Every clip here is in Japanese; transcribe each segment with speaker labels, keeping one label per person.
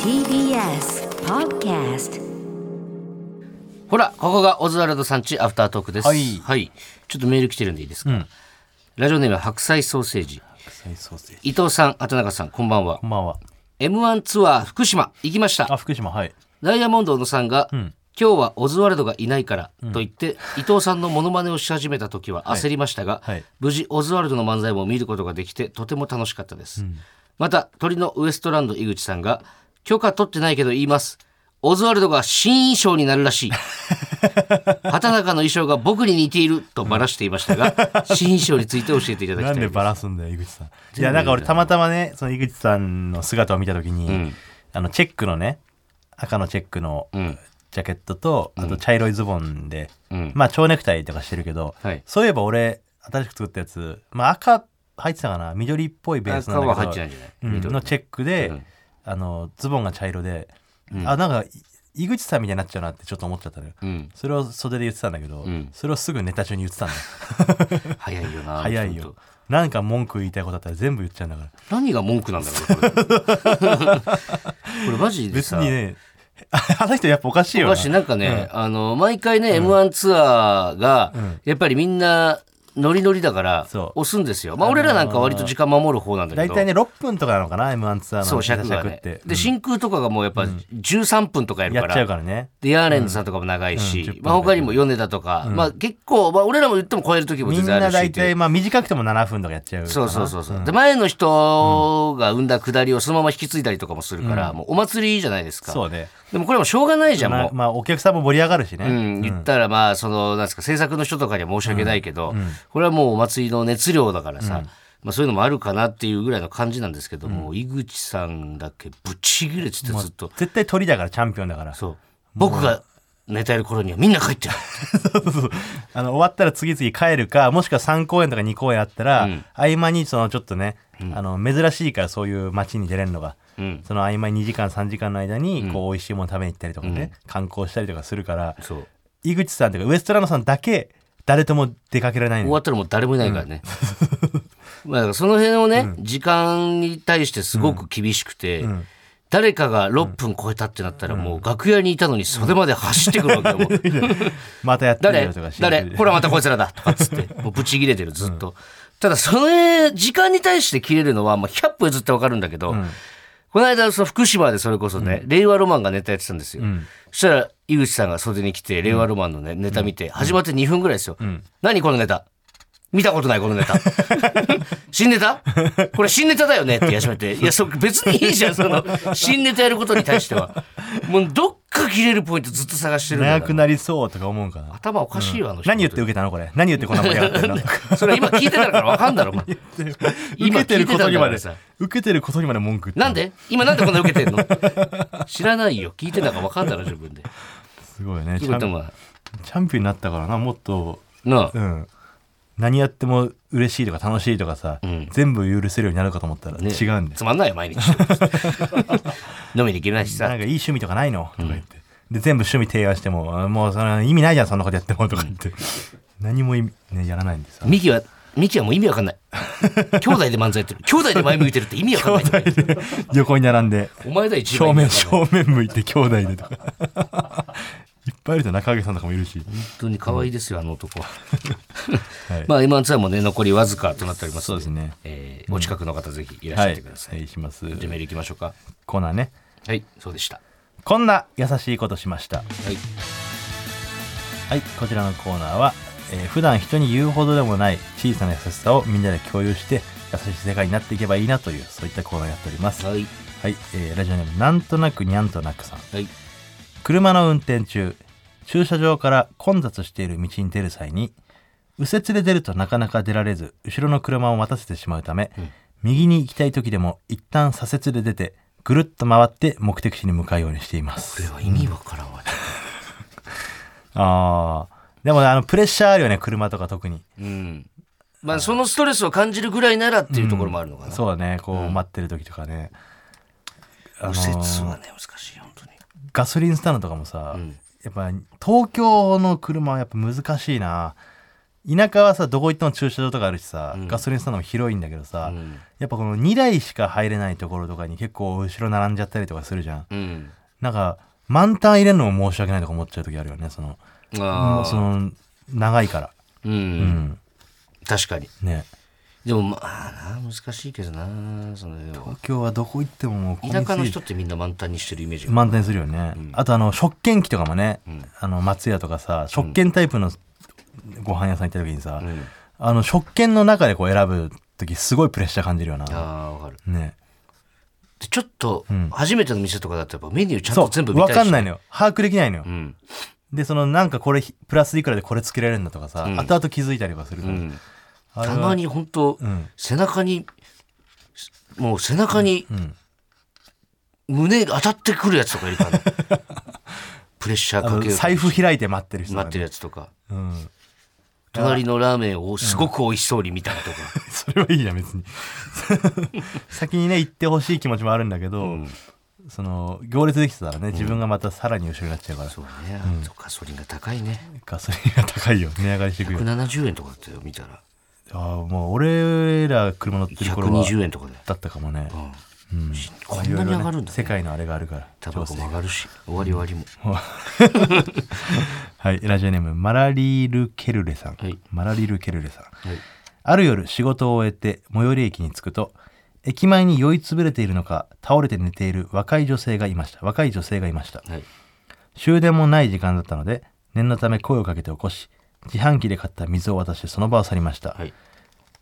Speaker 1: TBS Podcast
Speaker 2: ほら、ここがオズワルドさんちアフタートークです。
Speaker 3: はい
Speaker 2: ちょっとメール来てるんでいいですか。
Speaker 3: ん
Speaker 2: ラジオネーム白菜ソーセージ。
Speaker 3: 臭いソーセージ
Speaker 2: 伊藤さん、畑中さん、こんばんは
Speaker 3: こ。んばんは
Speaker 2: M1 ツアー福島行きました。
Speaker 3: あ福島はい
Speaker 2: ダイヤモンドのさんが、今日はオズワルドがいないからと言って、伊藤さんのモノマネをし始めた時は焦りましたが、
Speaker 3: はい
Speaker 2: 無事オズワルドの漫才も見ることができてとても楽しかったです、また鳥のウエストランド井口さんが許可取ってないけど言いますオズワルドが新衣装になるら しい畑中の衣装が僕に似ているとばらしていましたが、新衣装について教えていただきた
Speaker 3: ないんで
Speaker 2: です
Speaker 3: バラすんだよ井口さんいやなんか俺たまたまねその井口さんの姿を見た時に、あのチェックのね赤のチェックの
Speaker 2: ん
Speaker 3: ジャケットと、あと茶色いズボンで、
Speaker 2: うん
Speaker 3: まあ蝶ネクタイとかしてるけど、
Speaker 2: はい
Speaker 3: そういえば俺新しく作ったやつ、まあ、赤入ってたかな緑っぽいベースなんだけど
Speaker 2: 赤は入ってないんじゃない
Speaker 3: うん
Speaker 2: 緑
Speaker 3: のチェックで、あのズボンが茶色で、あなんかい井口さんみたいになっちゃうなってちょっと思っちゃったのよ、
Speaker 2: うん
Speaker 3: それを袖で言ってたんだけど、
Speaker 2: ん
Speaker 3: それをすぐネタ中に言ってたんだよ
Speaker 2: 早いよな
Speaker 3: 早い
Speaker 2: ちょっ
Speaker 3: よ
Speaker 2: と
Speaker 3: なんか文句言いたいことあったら全部言っちゃうんだから
Speaker 2: 何が文句なんだろうねこれこ れマジで
Speaker 3: 別
Speaker 2: さ
Speaker 3: にね あの人やっぱおかしいよな
Speaker 2: 昔なんかね、あの毎回ね、M1 ツアーが、やっぱりみんなノリノリだから
Speaker 3: そう
Speaker 2: 押すんですよ。まあ俺らなんか割と時間守る方なんだけ
Speaker 3: 大
Speaker 2: ど。
Speaker 3: 体ね6分とかなのかな m 1ツアー
Speaker 2: そ
Speaker 3: の
Speaker 2: う尺が
Speaker 3: っ
Speaker 2: ね
Speaker 3: て、
Speaker 2: で真空とかがもうやっぱ13分とかやる
Speaker 3: や
Speaker 2: か
Speaker 3: っ
Speaker 2: ら
Speaker 3: ちゃうからね
Speaker 2: でヤーレンズさんとかも長いし、
Speaker 3: うんうん10分
Speaker 2: まあ、他にも米田とか、まあ、結構、まあ、俺らも言っても超える時も
Speaker 3: み
Speaker 2: 全
Speaker 3: ん
Speaker 2: 然あ
Speaker 3: な
Speaker 2: るし
Speaker 3: 大
Speaker 2: っていう
Speaker 3: 体まあ短くても7分とかやっちゃう
Speaker 2: そうそうそうそう、で前の人が生んだくだりをそのまま引き継いだりとかもするから、もうお祭りじゃないですか
Speaker 3: そうね
Speaker 2: でもこれもしょうがないじゃんも
Speaker 3: ま
Speaker 2: う
Speaker 3: あ、まあお客さんも盛り上がるしね、
Speaker 2: うん、言ったらまあそのなんですか制作の人とかには申し訳ないけど、これはもうお祭りの熱量だからさ、まあ、そういうのもあるかなっていうぐらいの感じなんですけども、井口さんだけぶち切れててずっと、
Speaker 3: 絶対鳥だからチャンピオンだから
Speaker 2: そう僕が寝てる頃にはみんな帰ってる
Speaker 3: あの終わったら次々帰るかもしくは3公演とか2公演あったら、合間にそのちょっとね、あの珍しいからそういう街に出れるのが、その合間に2時間3時間の間にこう美味しいもの食べに行ったりとかね、観光したりとかするから
Speaker 2: そう
Speaker 3: 井口さんとかウエストランドさんだけ誰とも出かけられない
Speaker 2: 終
Speaker 3: の
Speaker 2: わったらもう誰もいないからね、 まあだからその辺をね、時間に対してすごく厳しくて、誰かが6分超えたってなったらもう楽屋にいたのにそれまで走ってくるわけよ、もう
Speaker 3: またやってる
Speaker 2: 誰
Speaker 3: よとか新
Speaker 2: 誰
Speaker 3: 宿で
Speaker 2: ほらまたこいつらだとかっつ って、もうブチ切れてる、ずっと。ただ、それ、時間に対して切れるのは、まあ、100歩譲ってわかるんだけど、この間、その福島でそれこそね、令和ロマンがネタやってたんですよ。そしたら、井口さんが袖に来て、令和ロマンのね、ネタ見て、始まって2分ぐらいですよ。何このネタ見たことないこの ネタ。新ネタこれ新ネタだよねって言い始め て。いや、そ別にいいじゃん、その、新ネタやることに対しては。もうどっか切れるポイントずっと探してるんだから
Speaker 3: 長くなりそうとか思うんかな
Speaker 2: 頭おかしいわ、あの人。
Speaker 3: 何言って受けたのこれ何言ってこんな盛り上がってるの
Speaker 2: それ今聞いてたから分かんだろ、 お前。
Speaker 3: 受
Speaker 2: 今
Speaker 3: けてることにまで
Speaker 2: 聞いてたんだからさ
Speaker 3: 受けてることにまで文句言って
Speaker 2: なんで今なんでこんな受けてんの知らないよ。聞いてたから分かんだろ、自分で。
Speaker 3: すごいね
Speaker 2: と
Speaker 3: チ
Speaker 2: いうこ
Speaker 3: ャ
Speaker 2: とは
Speaker 3: ン
Speaker 2: ま
Speaker 3: チャンピオンになったからなもっと
Speaker 2: あ、な
Speaker 3: う
Speaker 2: あ、
Speaker 3: ん、何やっても嬉しいとか楽しいとかさ、全部許せるようになるかと思ったら
Speaker 2: ね
Speaker 3: 違うんです、
Speaker 2: つまんないよ、毎日。飲みに行けないし
Speaker 3: なんか
Speaker 2: さ。
Speaker 3: いい趣味とかないのとか言って、で全部趣味提案してもあもうその意味ないじゃんそんなことやってもとか言って、何も意味、ね、やらないんですよ
Speaker 2: ミキは、ミキはもう意味わかんない。兄弟で漫才やってる。兄弟で前向いてるって意味わかんない。
Speaker 3: 横に並んで
Speaker 2: お前だ、一番
Speaker 3: 正
Speaker 2: 意味わ
Speaker 3: 面
Speaker 2: かんない。
Speaker 3: 正面向いて兄弟でとか いっぱいいるじゃん中揚さんとかもいるし
Speaker 2: 本当に可愛いですよ、あの男は。
Speaker 3: は い
Speaker 2: まあ、今のツアーもね、残りわずかとなっております
Speaker 3: そう
Speaker 2: の
Speaker 3: ですね
Speaker 2: えーお近くの方、ぜひいらっし
Speaker 3: は
Speaker 2: ゃっ
Speaker 3: い
Speaker 2: てください。
Speaker 3: 失礼します
Speaker 2: じゃあメール行きましょうか。
Speaker 3: コーナーね
Speaker 2: はい、そうでした。
Speaker 3: こんな優しいことしました
Speaker 2: はい。
Speaker 3: はい、こちらのコーナーは、えー普段人に言うほどでもない小さな優しさをみんなで共有して優しい世界になっていけばいいなというそういったコーナーをやっております。はい、
Speaker 2: はい。
Speaker 3: えーラジオネームなんとなくにゃんとなくさん。
Speaker 2: はい。
Speaker 3: 車の運転中、駐車場から混雑している道に出る際に、右折で出るとなかなか出られず、後ろの車を待たせてしまうため、右に行きたい時でも一旦左折で出て、ぐるっと回って目的地に向かうようにしています。
Speaker 2: これは意味わからんわ。
Speaker 3: ああ。でもねあの、プレッシャーあるよね、車とか特に。
Speaker 2: うん。まあ、そのストレスを感じるぐらいならっていうところもあるのかな。
Speaker 3: そうだねこう、待ってる時とかねあの
Speaker 2: 右折はね、難しい、本当に。
Speaker 3: ガソリンスタンドとかもさ、やっぱ東京の車はやっぱ難しいな田舎はさどこ行っても駐車場とかあるしさ、ガソリンスタンドも広いんだけどさ、やっぱこの2台しか入れないところとかに結構後ろ並んじゃったりとかするじゃん、
Speaker 2: うん。
Speaker 3: なんか満タン入れるのも申し訳ないとか思っちゃう時あるよねその
Speaker 2: ああ。
Speaker 3: その長いから
Speaker 2: うん。
Speaker 3: うん
Speaker 2: 確かに。
Speaker 3: ね
Speaker 2: でも、まあな、難しいけどな、その辺は。
Speaker 3: 東京はどこ行ってももう混みす
Speaker 2: 田
Speaker 3: ぎ
Speaker 2: 舎の人ってみんな満タンにしてるイメージが。
Speaker 3: 満点するよね、あとあの食券機とかもね、あの松屋とかさ食券タイプのご飯屋さん行った時にさ、
Speaker 2: ん
Speaker 3: あの食券の中でこう選ぶ時すごいプレッシャー感じるよ
Speaker 2: あ
Speaker 3: な
Speaker 2: あ、わかる。
Speaker 3: ね
Speaker 2: で、ちょっと
Speaker 3: ん、
Speaker 2: 初めての店とかだとやっぱメニューちゃん
Speaker 3: そ
Speaker 2: と
Speaker 3: う
Speaker 2: 全部見た
Speaker 3: 分
Speaker 2: いし。
Speaker 3: かんないのよ把握できないのよ、
Speaker 2: うん。
Speaker 3: でそのなんかこれひプラスいくらでこれつけられるんだとかさ、
Speaker 2: ん
Speaker 3: 後々気づいたりとかするか
Speaker 2: う
Speaker 3: ら、
Speaker 2: ん。
Speaker 3: あれは
Speaker 2: たまに本当、
Speaker 3: ん
Speaker 2: 背中に、もう背中に、胸が当たってくるやつとかい るからね、プレッシャー
Speaker 3: あ
Speaker 2: か
Speaker 3: の
Speaker 2: ける。
Speaker 3: 財布開いて待ってる人とか
Speaker 2: 待
Speaker 3: ね
Speaker 2: ってるやつとか。
Speaker 3: うん、
Speaker 2: 隣のラーメンをすごく美味しそうに見たりとか。
Speaker 3: それはいいじゃん別に 先にね行ってほしい気持ちもあるんだけど、その行列できてたらね自分がまたさらに後ろになっちゃうから、
Speaker 2: そうね。とか、ガソリンが高いね。
Speaker 3: ガソリンが高いよ値上がりしてくるよ
Speaker 2: 170円とかだったよ、見たら。
Speaker 3: ああもう俺ら車乗ってる頃は
Speaker 2: 120円とかで。
Speaker 3: だったかもね、
Speaker 2: うんこんなに上がるんだ、
Speaker 3: 世界のあれがあるから
Speaker 2: タバコも上がるし、終わり終わりも。
Speaker 3: はいラジオネームマラリール・ケルレさん、
Speaker 2: はい
Speaker 3: マラリール・ケルレさん
Speaker 2: はい
Speaker 3: ある夜仕事を終えて最寄り駅に着くと駅前に酔いつぶれているのか倒れて寝ている若い女性がいました若い女性がいました
Speaker 2: はい。
Speaker 3: 終電もない時間だったので念のため声をかけて起こし自販機で買った水を渡してその場を去りました、
Speaker 2: はい。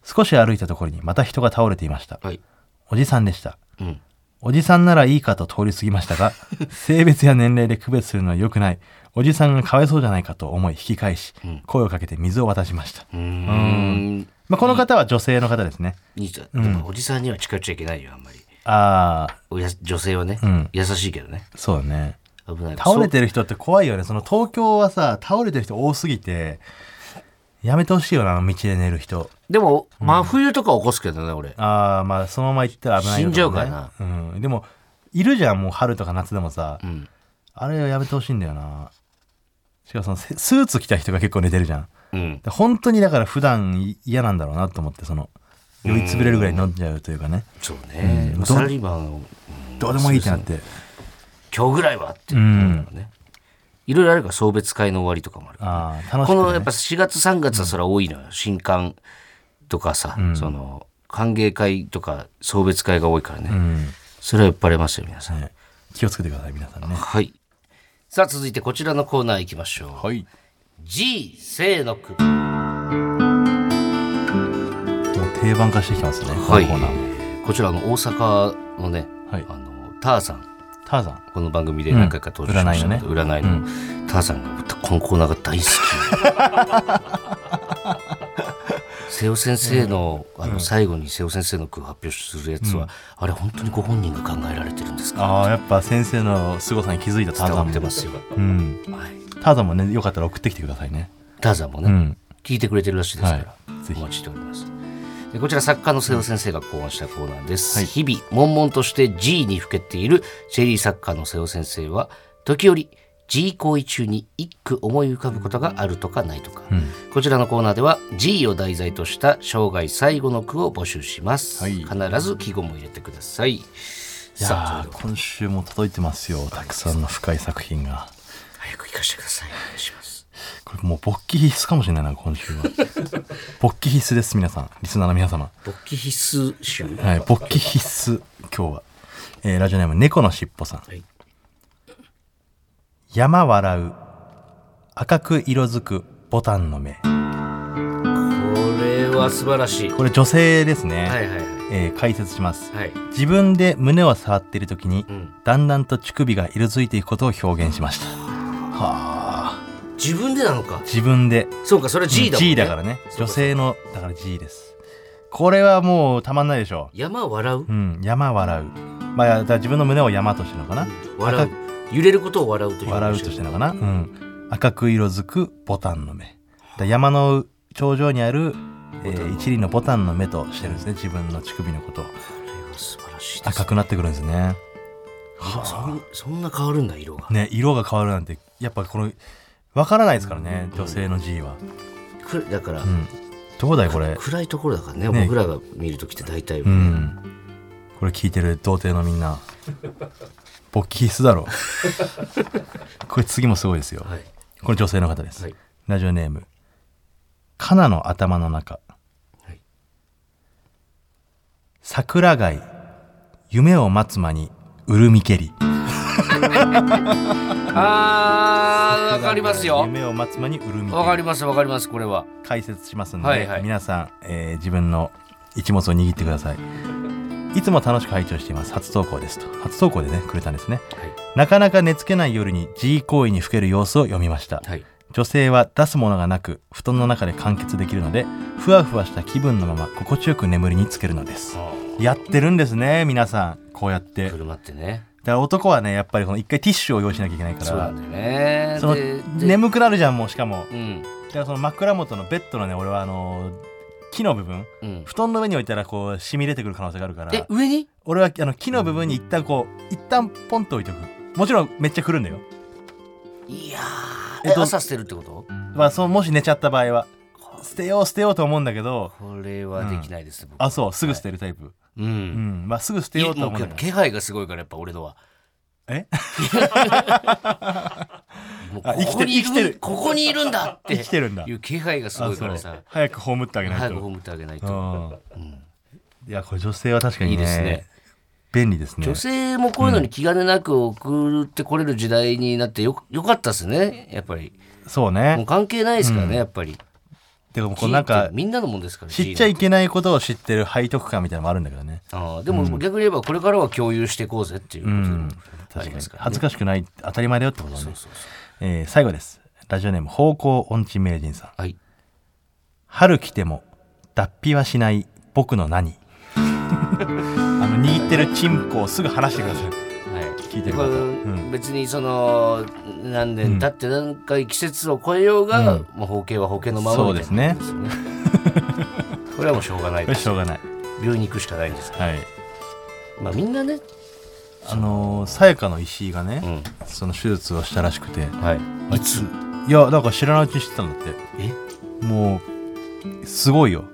Speaker 3: 少し歩いたところにまた人が倒れていました
Speaker 2: はい。
Speaker 3: おじさんでした
Speaker 2: うん。
Speaker 3: おじさんならいいかと通り過ぎましたが性別や年齢で区別するのは良くないおじさんがかわいそうじゃないかと思い引き返し、声をかけて水を渡しました、
Speaker 2: うーん。
Speaker 3: まあ、この方は女性の方ですね
Speaker 2: 兄ちゃん、でもおじさんには近寄っちゃいけないよ、あんまり。
Speaker 3: ああ
Speaker 2: おや女性はね、
Speaker 3: ん
Speaker 2: 優しいけどね。
Speaker 3: そうだね
Speaker 2: 危ない。
Speaker 3: 倒れてる人って怖いよねその東京はさ倒れてる人多すぎてやめてほしいよなあの道で寝る人
Speaker 2: でも、真冬とか起こすけどね、俺。
Speaker 3: ああまあそのまま行ったら危ないよ
Speaker 2: 死んじゃうからな
Speaker 3: とねうん、でもいるじゃんもう春とか夏でもさ、
Speaker 2: ん
Speaker 3: あれはやめてほしいんだよなしかもそのせスーツ着た人が結構寝てるじゃん
Speaker 2: うん。
Speaker 3: で本当にだから普段い嫌なんだろうなと思ってその酔い潰れるぐらい飲んじゃうというかね
Speaker 2: そうね。
Speaker 3: うん
Speaker 2: サラリーマンを、
Speaker 3: どうでもいいってなって
Speaker 2: 今日ぐらいはっていうのがね。いろいろあるから、送別会の終わりとかもある。
Speaker 3: ああ楽し
Speaker 2: こ
Speaker 3: く、ね、
Speaker 2: のやっぱ4月3月はそれは多いのよ。新刊とかさ、その、歓迎会とか送別会が多いからね。それはやっぱりますよ、皆さん。
Speaker 3: ね気をつけてください皆さんね
Speaker 2: はい。さあ、続いてこちらのコーナー行きましょう。
Speaker 3: はい
Speaker 2: G 清の句。
Speaker 3: もう定番化してきてますねこ
Speaker 2: はい
Speaker 3: のコーナーも
Speaker 2: こちらの大阪のね、
Speaker 3: はい
Speaker 2: あのターさん
Speaker 3: ターザン
Speaker 2: この番組で何回か登場しましたけど、
Speaker 3: うん
Speaker 2: 占いの,、ターさんがこのコーナーが大好き 瀬尾先生の,、あの最後に瀬尾先生の句を発表するやつは、あれ本当にご本人が考えられてるんですか
Speaker 3: ああやっぱ先生の凄さに気づいたター
Speaker 2: 伝
Speaker 3: ザ
Speaker 2: わ
Speaker 3: ン
Speaker 2: って
Speaker 3: も
Speaker 2: ますよ、
Speaker 3: うん
Speaker 2: はい、
Speaker 3: ターザンもねよかったら送ってきてくださいね
Speaker 2: ターザンもね、
Speaker 3: うん
Speaker 2: 聞いてくれてるらしいですから、
Speaker 3: はいぜひ
Speaker 2: お待ちしておりますでこちら作家の瀬尾先生が考案したコーナーです、日々悶々として G にふけているシェリー作家の瀬尾先生は時折 G 行為中に一句思い浮かぶことがあるとかないとか、こちらのコーナーでは G を題材とした生涯最後の句を募集します、
Speaker 3: はい
Speaker 2: 必ず季語も入れてください
Speaker 3: いや
Speaker 2: さあそれ
Speaker 3: ー
Speaker 2: では
Speaker 3: 今週も届いてますよたくさんの深い作品が
Speaker 2: 早く聞かせてくださいお願いします
Speaker 3: これもう勃起必須かもしれないな今週 は勃起必須です皆さんリスナーの皆様、
Speaker 2: 勃起必須集
Speaker 3: はい、勃起必須今日は、えーラジオネーム猫のしっぽさん、
Speaker 2: い
Speaker 3: 山笑う赤く色づくボタンの目
Speaker 2: これは素晴らしい
Speaker 3: これ女性ですね、
Speaker 2: はいはいはい
Speaker 3: えー解説します、
Speaker 2: はい
Speaker 3: 自分で胸を触っている時に、
Speaker 2: ん
Speaker 3: だんだんと乳首が色づいていくことを表現しましたはあ
Speaker 2: 自分でなのか
Speaker 3: 自分で
Speaker 2: そうかそれは G だもん、ね、
Speaker 3: からね
Speaker 2: そうか
Speaker 3: 女性のだから G ですこれはもうたまんないでしょ
Speaker 2: 山笑う
Speaker 3: う、うん、山笑うまあだから自分の胸を山としてのかな
Speaker 2: 笑う
Speaker 3: 赤
Speaker 2: 揺れることを笑うという
Speaker 3: 笑うとしてのかな、うん、赤く色づくボタンの目だから山の頂上にある、えー一輪のボタンの目としてるんですね自分の乳首のことを
Speaker 2: これは素晴らしいです
Speaker 3: 赤くなってくるんですね
Speaker 2: あそんそんな変わるんだ色が
Speaker 3: ね色が変わるなんてやっぱこのわからないですからね女性の G は
Speaker 2: くらだから、
Speaker 3: どこだいこれ
Speaker 2: 暗いところだからね
Speaker 3: ね
Speaker 2: 僕らが見る時って大体、
Speaker 3: うんこれ聞いてる童貞のみんな勃起必須だろ これ次もすごいですよ、
Speaker 2: はい
Speaker 3: これ女性の方です、
Speaker 2: はい
Speaker 3: ラジオネーム「カナの頭の中」
Speaker 2: はい
Speaker 3: 桜貝夢を待つ間にうるみけり
Speaker 2: あーわかりますよ
Speaker 3: 夢を待つ間にうるみ
Speaker 2: わか
Speaker 3: け
Speaker 2: り
Speaker 3: り
Speaker 2: ますわかりますこれは
Speaker 3: 解説しますんで、
Speaker 2: はいはい
Speaker 3: 皆さん、えー自分の一物を握ってくださいいつも楽しく拝聴しています初投稿ですと初投稿でねくれたんですねなかなか寝つけない夜に自慰行為にふける様子を読みました、
Speaker 2: はい
Speaker 3: 女性は出すものがなく布団の中で完結できるのでふわふわした気分のまま心地よく眠りにつけるのです
Speaker 2: はい
Speaker 3: やってるんですね皆さんこうやってだか
Speaker 2: 車ってね
Speaker 3: ら男はねやっぱりこの一回ティッシュを用意しなきゃいけないか
Speaker 2: そうな
Speaker 3: ら
Speaker 2: んだよね
Speaker 3: その
Speaker 2: でで
Speaker 3: 眠くなるじゃんもうしかも
Speaker 2: うん
Speaker 3: だからその枕元のベッドのね俺はあの木の部分
Speaker 2: うん
Speaker 3: 布団の上に置いたらこう染み出てくる可能性があるか
Speaker 2: え
Speaker 3: ら
Speaker 2: 上に
Speaker 3: 俺はあの木の部分に一旦こう一旦ポンと置いとくもちろんめっちゃくるんだよ
Speaker 2: いや
Speaker 3: え
Speaker 2: ー
Speaker 3: っ
Speaker 2: え
Speaker 3: と
Speaker 2: 朝捨てるってこと
Speaker 3: まあ、そうもし寝ちゃった場合は捨てよう捨てようと思うんだけど
Speaker 2: これはできないです、僕
Speaker 3: あそうすぐ捨てるタイプ、
Speaker 2: う
Speaker 3: うんんまあ、すぐ捨て
Speaker 2: い
Speaker 3: よ
Speaker 2: や
Speaker 3: うと
Speaker 2: も
Speaker 3: 思
Speaker 2: う
Speaker 3: うん
Speaker 2: や
Speaker 3: だ
Speaker 2: っぱ
Speaker 3: けど
Speaker 2: 気配がすごいからやっぱ俺のは
Speaker 3: え
Speaker 2: もう
Speaker 3: あ生き
Speaker 2: こ
Speaker 3: て
Speaker 2: こ
Speaker 3: る
Speaker 2: にい
Speaker 3: 生きて
Speaker 2: る
Speaker 3: る
Speaker 2: ここにいるんだって
Speaker 3: 生きてるんだ
Speaker 2: いう気配がすごいから
Speaker 3: あそ
Speaker 2: さ
Speaker 3: う早く葬ってあげない
Speaker 2: 早
Speaker 3: と
Speaker 2: く葬ってあげないと、うん
Speaker 3: うん、いやこれ女性は確かに
Speaker 2: いい
Speaker 3: ね
Speaker 2: ですね
Speaker 3: 便利ですね
Speaker 2: 女性もこういうのに気兼ねなく送ってこれる時代になってよよかったですねやっぱり
Speaker 3: そう
Speaker 2: もう
Speaker 3: ね
Speaker 2: 関係ないですからね、やっぱり
Speaker 3: でもこうなんか
Speaker 2: 人ってみんなのもんですから
Speaker 3: 知っちゃ
Speaker 2: い
Speaker 3: いけないことを知ってる背徳感みたいなのもあるんだけどね
Speaker 2: ああでも逆に言えばこれからは共有していこうぜっていうこ
Speaker 3: う
Speaker 2: とで
Speaker 3: ん
Speaker 2: もありま
Speaker 3: 確かに
Speaker 2: すから、
Speaker 3: 恥ずかしくない当たり前だよってことだね
Speaker 2: そうそうそう
Speaker 3: えー最後ですラジオネーム方向音痴名人さん
Speaker 2: はい
Speaker 3: 春来ても脱皮はしない僕の何 あの握ってるチンコをすぐ離してください
Speaker 2: はい、
Speaker 3: 聞いてる方
Speaker 2: これ
Speaker 3: うん
Speaker 2: 別にその何年経って何回季節を超えようが、
Speaker 3: うん
Speaker 2: もう包茎は包茎のままみたいなことですよね これはもうしょうがない
Speaker 3: こ
Speaker 2: で
Speaker 3: れ
Speaker 2: す
Speaker 3: しょうがない
Speaker 2: 病院に行くしかないんですか
Speaker 3: はい
Speaker 2: らまあみんなね
Speaker 3: あのーさやかの石井が
Speaker 2: う
Speaker 3: ね、
Speaker 2: ん
Speaker 3: その手術をしたらしくて
Speaker 2: はいいつ
Speaker 3: いやだから知らないうちに知ってたんだっ
Speaker 2: え
Speaker 3: てもうすごいよ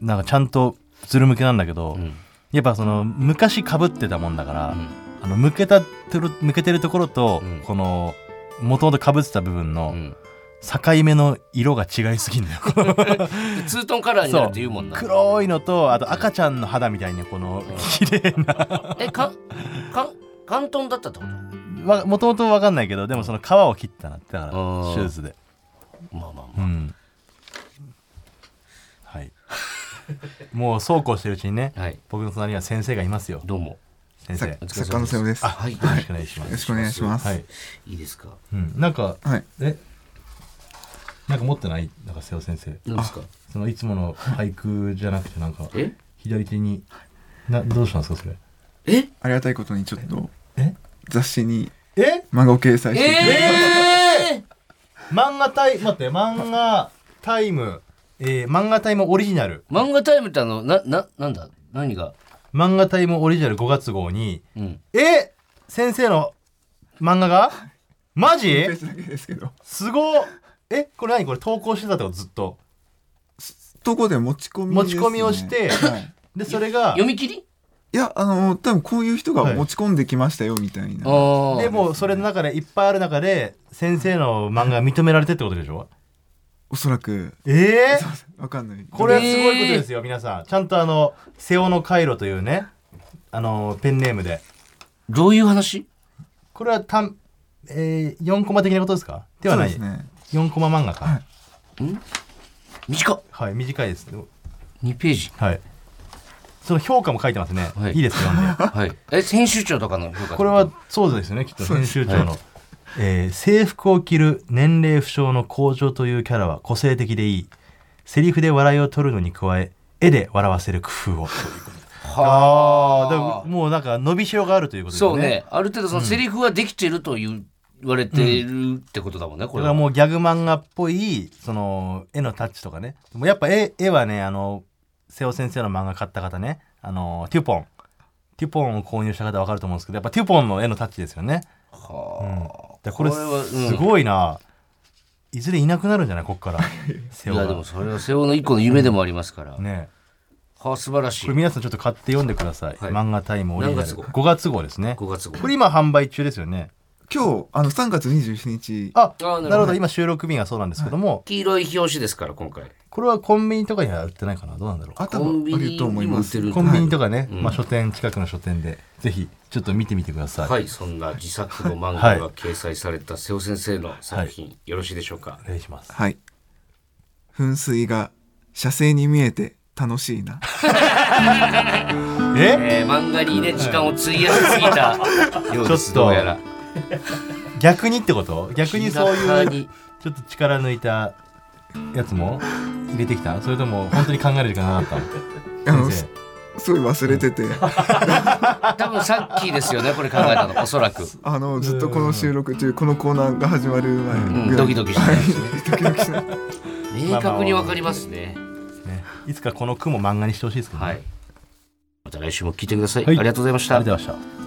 Speaker 3: なんかちゃんとズル向けなんだけど、
Speaker 2: うん
Speaker 3: やっぱその昔かぶってたもんだから、
Speaker 2: うん
Speaker 3: あの向けたとろ向けてるところと、
Speaker 2: うん
Speaker 3: このもともとかぶってた部分
Speaker 2: う
Speaker 3: の
Speaker 2: ん
Speaker 3: 境目の色が違いすぎんだ よ
Speaker 2: でツートンカラーになるって言うもんな
Speaker 3: 黒いのとあと赤ちゃんの肌みたいにこの綺麗
Speaker 2: えかか関東だったってこと
Speaker 3: なもともと分かんないけどでもその皮を切ったなってだか
Speaker 2: う
Speaker 3: ら
Speaker 2: ん
Speaker 3: 手術で
Speaker 2: まあまあま
Speaker 3: う
Speaker 2: あ
Speaker 3: んはいもうそうこうしてるうちにね、
Speaker 2: はい
Speaker 3: 僕の隣には先生がいますよ
Speaker 2: どうも
Speaker 3: 先生
Speaker 4: さ
Speaker 3: よ
Speaker 2: お疲れ様です
Speaker 4: 作家のセブです。
Speaker 2: あ
Speaker 4: よ
Speaker 2: はいよ
Speaker 3: ろしくお願いしま
Speaker 4: ろ
Speaker 3: す
Speaker 4: しくお願いします。
Speaker 3: は
Speaker 4: はい
Speaker 3: い、
Speaker 2: いいですか
Speaker 3: うん、なんか
Speaker 4: はい。
Speaker 3: えなんか持ってないなんか瀬尾先生
Speaker 2: 何ですか
Speaker 3: そのいつもの俳句じゃなくてなんか
Speaker 2: え
Speaker 3: 左手になどうしたんですかそれ
Speaker 2: え
Speaker 4: ありがたいことにちょっと
Speaker 3: え
Speaker 4: 雑誌に
Speaker 3: え
Speaker 4: 漫画を掲載していただいて、
Speaker 2: え
Speaker 3: 漫画タイム待って漫画タイム、えー、漫画タイムオリジナル
Speaker 2: ー、 漫画タイムってあのなななんだ何が
Speaker 3: 漫画タイムオリジナル5月号に
Speaker 2: うん
Speaker 3: え先生の漫画がマジ
Speaker 4: ページだけですけど、
Speaker 3: すごっえこれ何これ投稿してたってことずっと
Speaker 4: どこで持ち込みです、ね、
Speaker 3: 持ち込みをして
Speaker 4: はい、
Speaker 3: でそれが
Speaker 2: 読み切り
Speaker 4: いやあの多分こういう人が
Speaker 3: はい
Speaker 4: 持ち込んできましたよみたいな、
Speaker 2: ああ
Speaker 3: でもうそれの中でいっぱいある中で先生の漫画が認められてってことでしょ
Speaker 4: おそらく
Speaker 3: ええ
Speaker 4: わかんない。
Speaker 3: これはすごいことですよ皆さんちゃんとあの「瀬尾の回路」というねあのペンネームで
Speaker 2: どういう話
Speaker 3: これはたん、えー、4コマ的なことですかではない
Speaker 4: そうですね。
Speaker 3: 4コマ漫画か、はい
Speaker 4: い、
Speaker 2: 短っ
Speaker 3: 短いですけど
Speaker 2: 2ページ
Speaker 3: はいその評価も書いてますね、、
Speaker 2: はいい
Speaker 3: いです よ読んで
Speaker 2: はいえ編集長とかの評価
Speaker 3: これはそうですよねきっと編集長の、えー制服を着る年齢不詳の工場というキャラは個性的でいいセリフで笑いを取るのに加え絵で笑わせる工夫をああ、だから
Speaker 2: はあ
Speaker 3: もうなんか伸びしろがあるということですね。
Speaker 2: そうねある程度そのセリフはできてるという言われてるってことだもんねこ
Speaker 3: だ
Speaker 2: れ
Speaker 3: か
Speaker 2: は
Speaker 3: らもうギャグ漫画っぽいその絵のタッチとかねでもやっぱ絵絵はねあの瀬尾先生の漫画買った方ねあのテュポンテュポンを購入した方わかると思うんですけどやっぱテュポンの絵のタッチですよね、
Speaker 2: はあ
Speaker 3: でこれ
Speaker 2: これはうん
Speaker 3: すごいな、いずれいなくなるんじゃないこっから 瀬
Speaker 2: い
Speaker 3: 尾が
Speaker 2: やでもそれは瀬尾の一個の夢でもありますから、
Speaker 3: ね
Speaker 2: はあ素晴らし
Speaker 3: こ
Speaker 2: い
Speaker 3: れ皆さんちょっと買って読んでください、
Speaker 2: はい
Speaker 3: 漫画タイムオリジナ
Speaker 2: 何月
Speaker 3: ル
Speaker 2: 号
Speaker 3: 5月号ですね
Speaker 2: 5月号
Speaker 3: これ今販売中ですよね
Speaker 4: 今日あの3月27日
Speaker 3: あ
Speaker 2: あーなるほど
Speaker 3: なるほど今収録日がそうなんですけども、
Speaker 2: 黄色い表紙ですから今回
Speaker 3: これはコンビニとかには売ってないかなどうなんだろう
Speaker 4: あ多
Speaker 2: コン
Speaker 4: 分
Speaker 2: ビ
Speaker 4: あ
Speaker 2: ニ
Speaker 4: る
Speaker 2: に
Speaker 4: と
Speaker 2: も
Speaker 4: 思い
Speaker 2: 売
Speaker 4: ま
Speaker 2: って
Speaker 4: す
Speaker 2: る
Speaker 3: コンビニとかね、まあ、書店近くの書店でぜひちょっと見てみてください、
Speaker 2: はいそんな自作の漫画が掲載された瀬尾先生の作品、よろしいでしょうか
Speaker 3: お願いします
Speaker 4: はい噴水が射精に見えて楽しいな
Speaker 3: え
Speaker 2: えー、漫画にね時間を費やしすぎたようです
Speaker 3: ちょっと
Speaker 2: どうやら
Speaker 3: 逆にってこと逆にそう
Speaker 2: 明らか
Speaker 3: いう
Speaker 2: に
Speaker 3: ちょっと力抜いたやつも入れてきたそれとも本当に考える時間なかっ
Speaker 4: あ
Speaker 3: た
Speaker 4: の
Speaker 3: 先
Speaker 4: すすごい忘れてて
Speaker 2: 多分さっきですよねこれ考えたのおそらく、
Speaker 4: あのずっとこの収録中このコーナーが始まる前
Speaker 2: う
Speaker 4: ぐらい
Speaker 2: ん、ドキドキしてたんですね
Speaker 4: ドキドキしない
Speaker 2: 明確にわかりますね、
Speaker 3: 生、ね、いつかこの句も漫画にしてほしいですけどね、
Speaker 2: はいまた来週も聞いてください、
Speaker 3: はい
Speaker 2: ありがとうございまし
Speaker 3: あ
Speaker 2: た
Speaker 3: りがとうございました